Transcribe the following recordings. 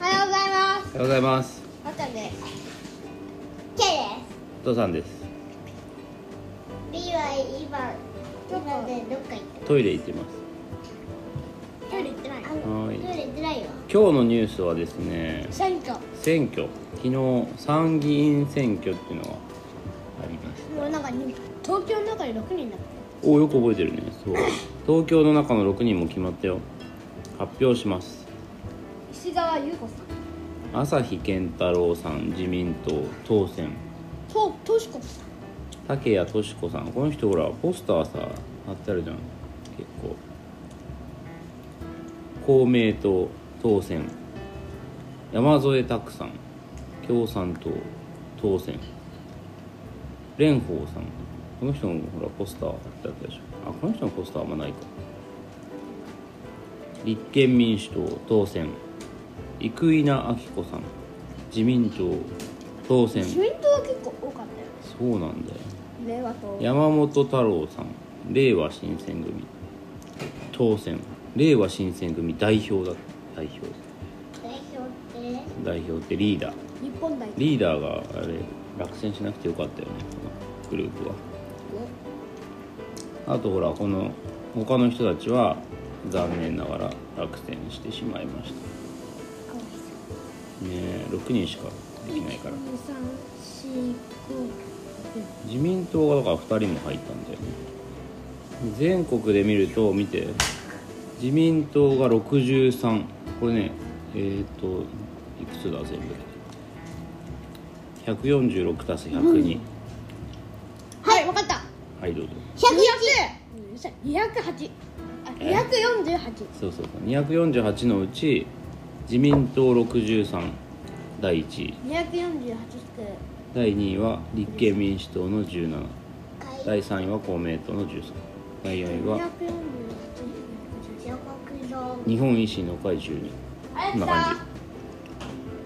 おはようございます。またね。K です。父さんです。 B は今今ねどっか行っトイレ行ってます。た。トイレ行ってない。あのトはーイいレ行ってないよ。今日のニュースはですね、選挙。選挙、昨日参議院選挙っていうのがありました。もうなんかに東京の中で六人だった。およく覚えてるね。そう。東京の中の6人も決まったよ。発表します。石川優子さん。朝日健太郎さん自民党当選。ととしこさん。竹谷敏子さん。この人ほらポスターさ貼ってあるじゃん。結構。公明党当選山添拓さん共産党当選蓮舫さんこの人のほらポスターだったでしょあこの人のポスターはあんまないか立憲民主党当選生稲晃子さん自民党当選自民党は結構多かったよね。そうなんだよ令和と。山本太郎さん令和新選組当選令和新選組代表だ代表代表って代表ってリーダー日本代表。リーダーがあれ落選しなくてよかったよねこのグループはあとほらこの他の人たちは残念ながら落選してしまいましたねえ6人しかできないから二三四五。自民党がだから2人も入ったんだよね全国で見ると見て自民党が63これねえっ、といくつだ全部146足す102、はいわかった。はいどうぞ百四。二百八。あ二百四十八。そうそうそう248のうち自民党63第1位二百四十八第2位は立憲民主党の17第3位は公明党の13第4位は日本維新の会12こんな感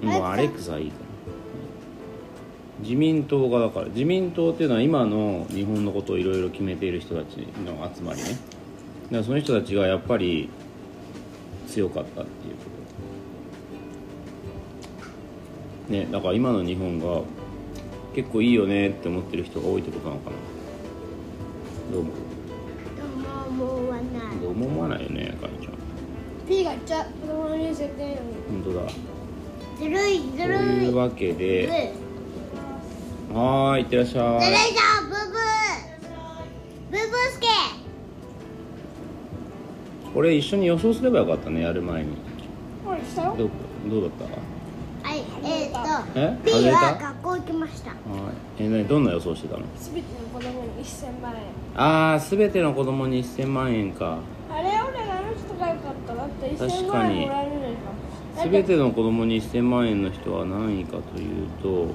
じもうアアレレクサいいから自民党がだから自民党っていうのは今の日本のことをいろいろ決めている人たちの集まりねだからその人たちがやっぱり強かったっていうことねだから今の日本が結構いいよねって思ってる人が多いってことなのかなどうも思わないどうも思わないよねかりちゃん P が言っちゃ子供に設定本当だずるいとずるいずいうるいわけずでるいはーいいってらっしゃいじゃんブーブーブーブーすけこれ一緒に予想すればよかったねやる前にほらしたよどうどうだったはいえーっとえ P 外れたは学校行きましたはいえ何どんな予想してたのすべての子供に1000万円ああ全ての子供に1000万円かあれ俺があの人が良かっただって1000確か万に円もらえるのにか全ての子供に1000万円の人は何位かというと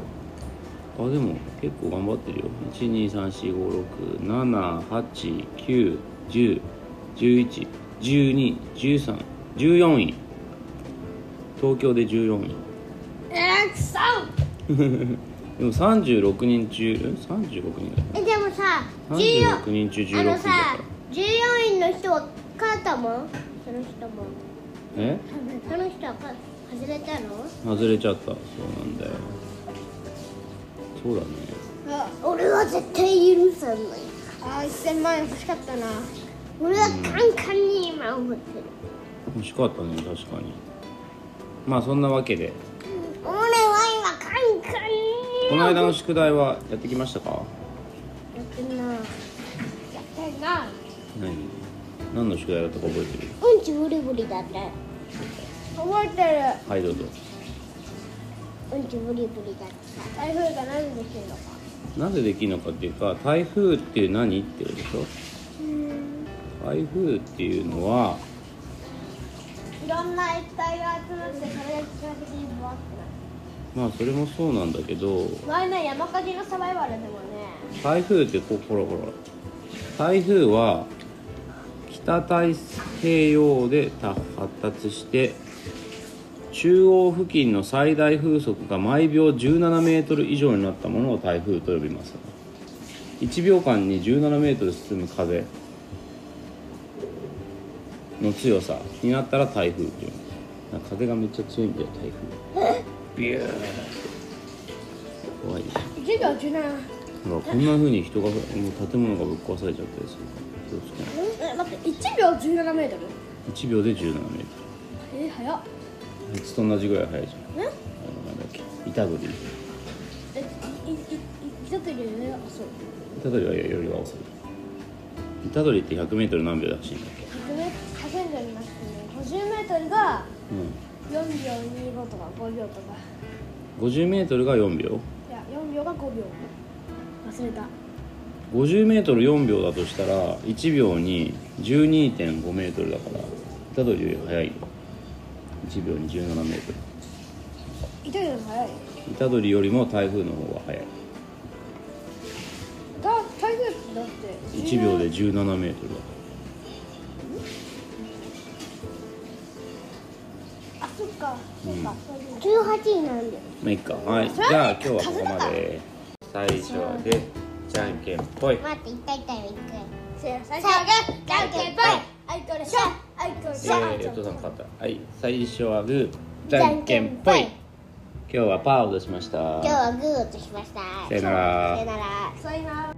あでも結構頑張ってるよ1234567891011121314位東京で14位えくそでも36人中え36人だよえでもさ36人中16あ人だのかさら14位の人は勝ったもんその人もえその人はか外れたの外れちゃったそうなんだよそうだね俺は絶対許さないああ1000万円欲しかったな俺はカンカンに今思ってる欲しかったね確かにまあそんなわけで俺は今カンカンにこの間の宿題はやってきましたかやってなやってんな何何の宿題だったか覚えてるうんちブリブリだった覚えてはいどうぞうんちブリブリだったる台風が何できるのかなぜできるのかっていうか台風って何ってことでしょ台風っていうのはいろんな液体が集まってそれがきっかけにブワッてなるまあそれもそうなんだけど前の山火事のサバイバルでもね台風ってこうほらほら台風は北太平洋で発達して中央付近の最大風速が毎秒17メートル以上になったものを台風と呼びます1秒間に17メートル進む風の強さになったら台風っていう風がめっちゃ強いんだよ台風ビューって怖いね授業中な。ほらこんな風に人がもう建物がぶっ壊されちゃったりするから気をつけないえ、待って、一秒十七メートル。 1秒で1 7メートえー、早っ。ルいつと同じぐらい速いじゃんあのえ、なんだっけ板栗え、い、い、い、い、一つ入れるよ。あ、そう。板栗はよりは遅い板栗って1 0 0メートル何秒で走るんだっけ百メ、百メートルになってね。五十メートルうが四秒二五とか五秒とか。ん5 0ルが4秒いや、四秒が五秒。忘れた。 50メートル4秒だとしたら1秒に12.5メートルだから板取りより速いよ1秒に17メートル一人より早い。板取りよりも台風の方が速いだ、台風だって。 1秒で。17メートルだあ、そっか。そうか。十八になるんだよ。まあいっかはいじゃあ今日はここまで最初はでじゃんけんぽい待って、一回一回一回。せー、最初はグーじじゃゃんんけけんんぽぽいい。あいこでしょ。あいこでえしょ。ー、レッドさん勝ったはい最初はグーじゃんけんぽい今日はパーを出しました今日はグーを落としました。さよならさよなら。さよなら。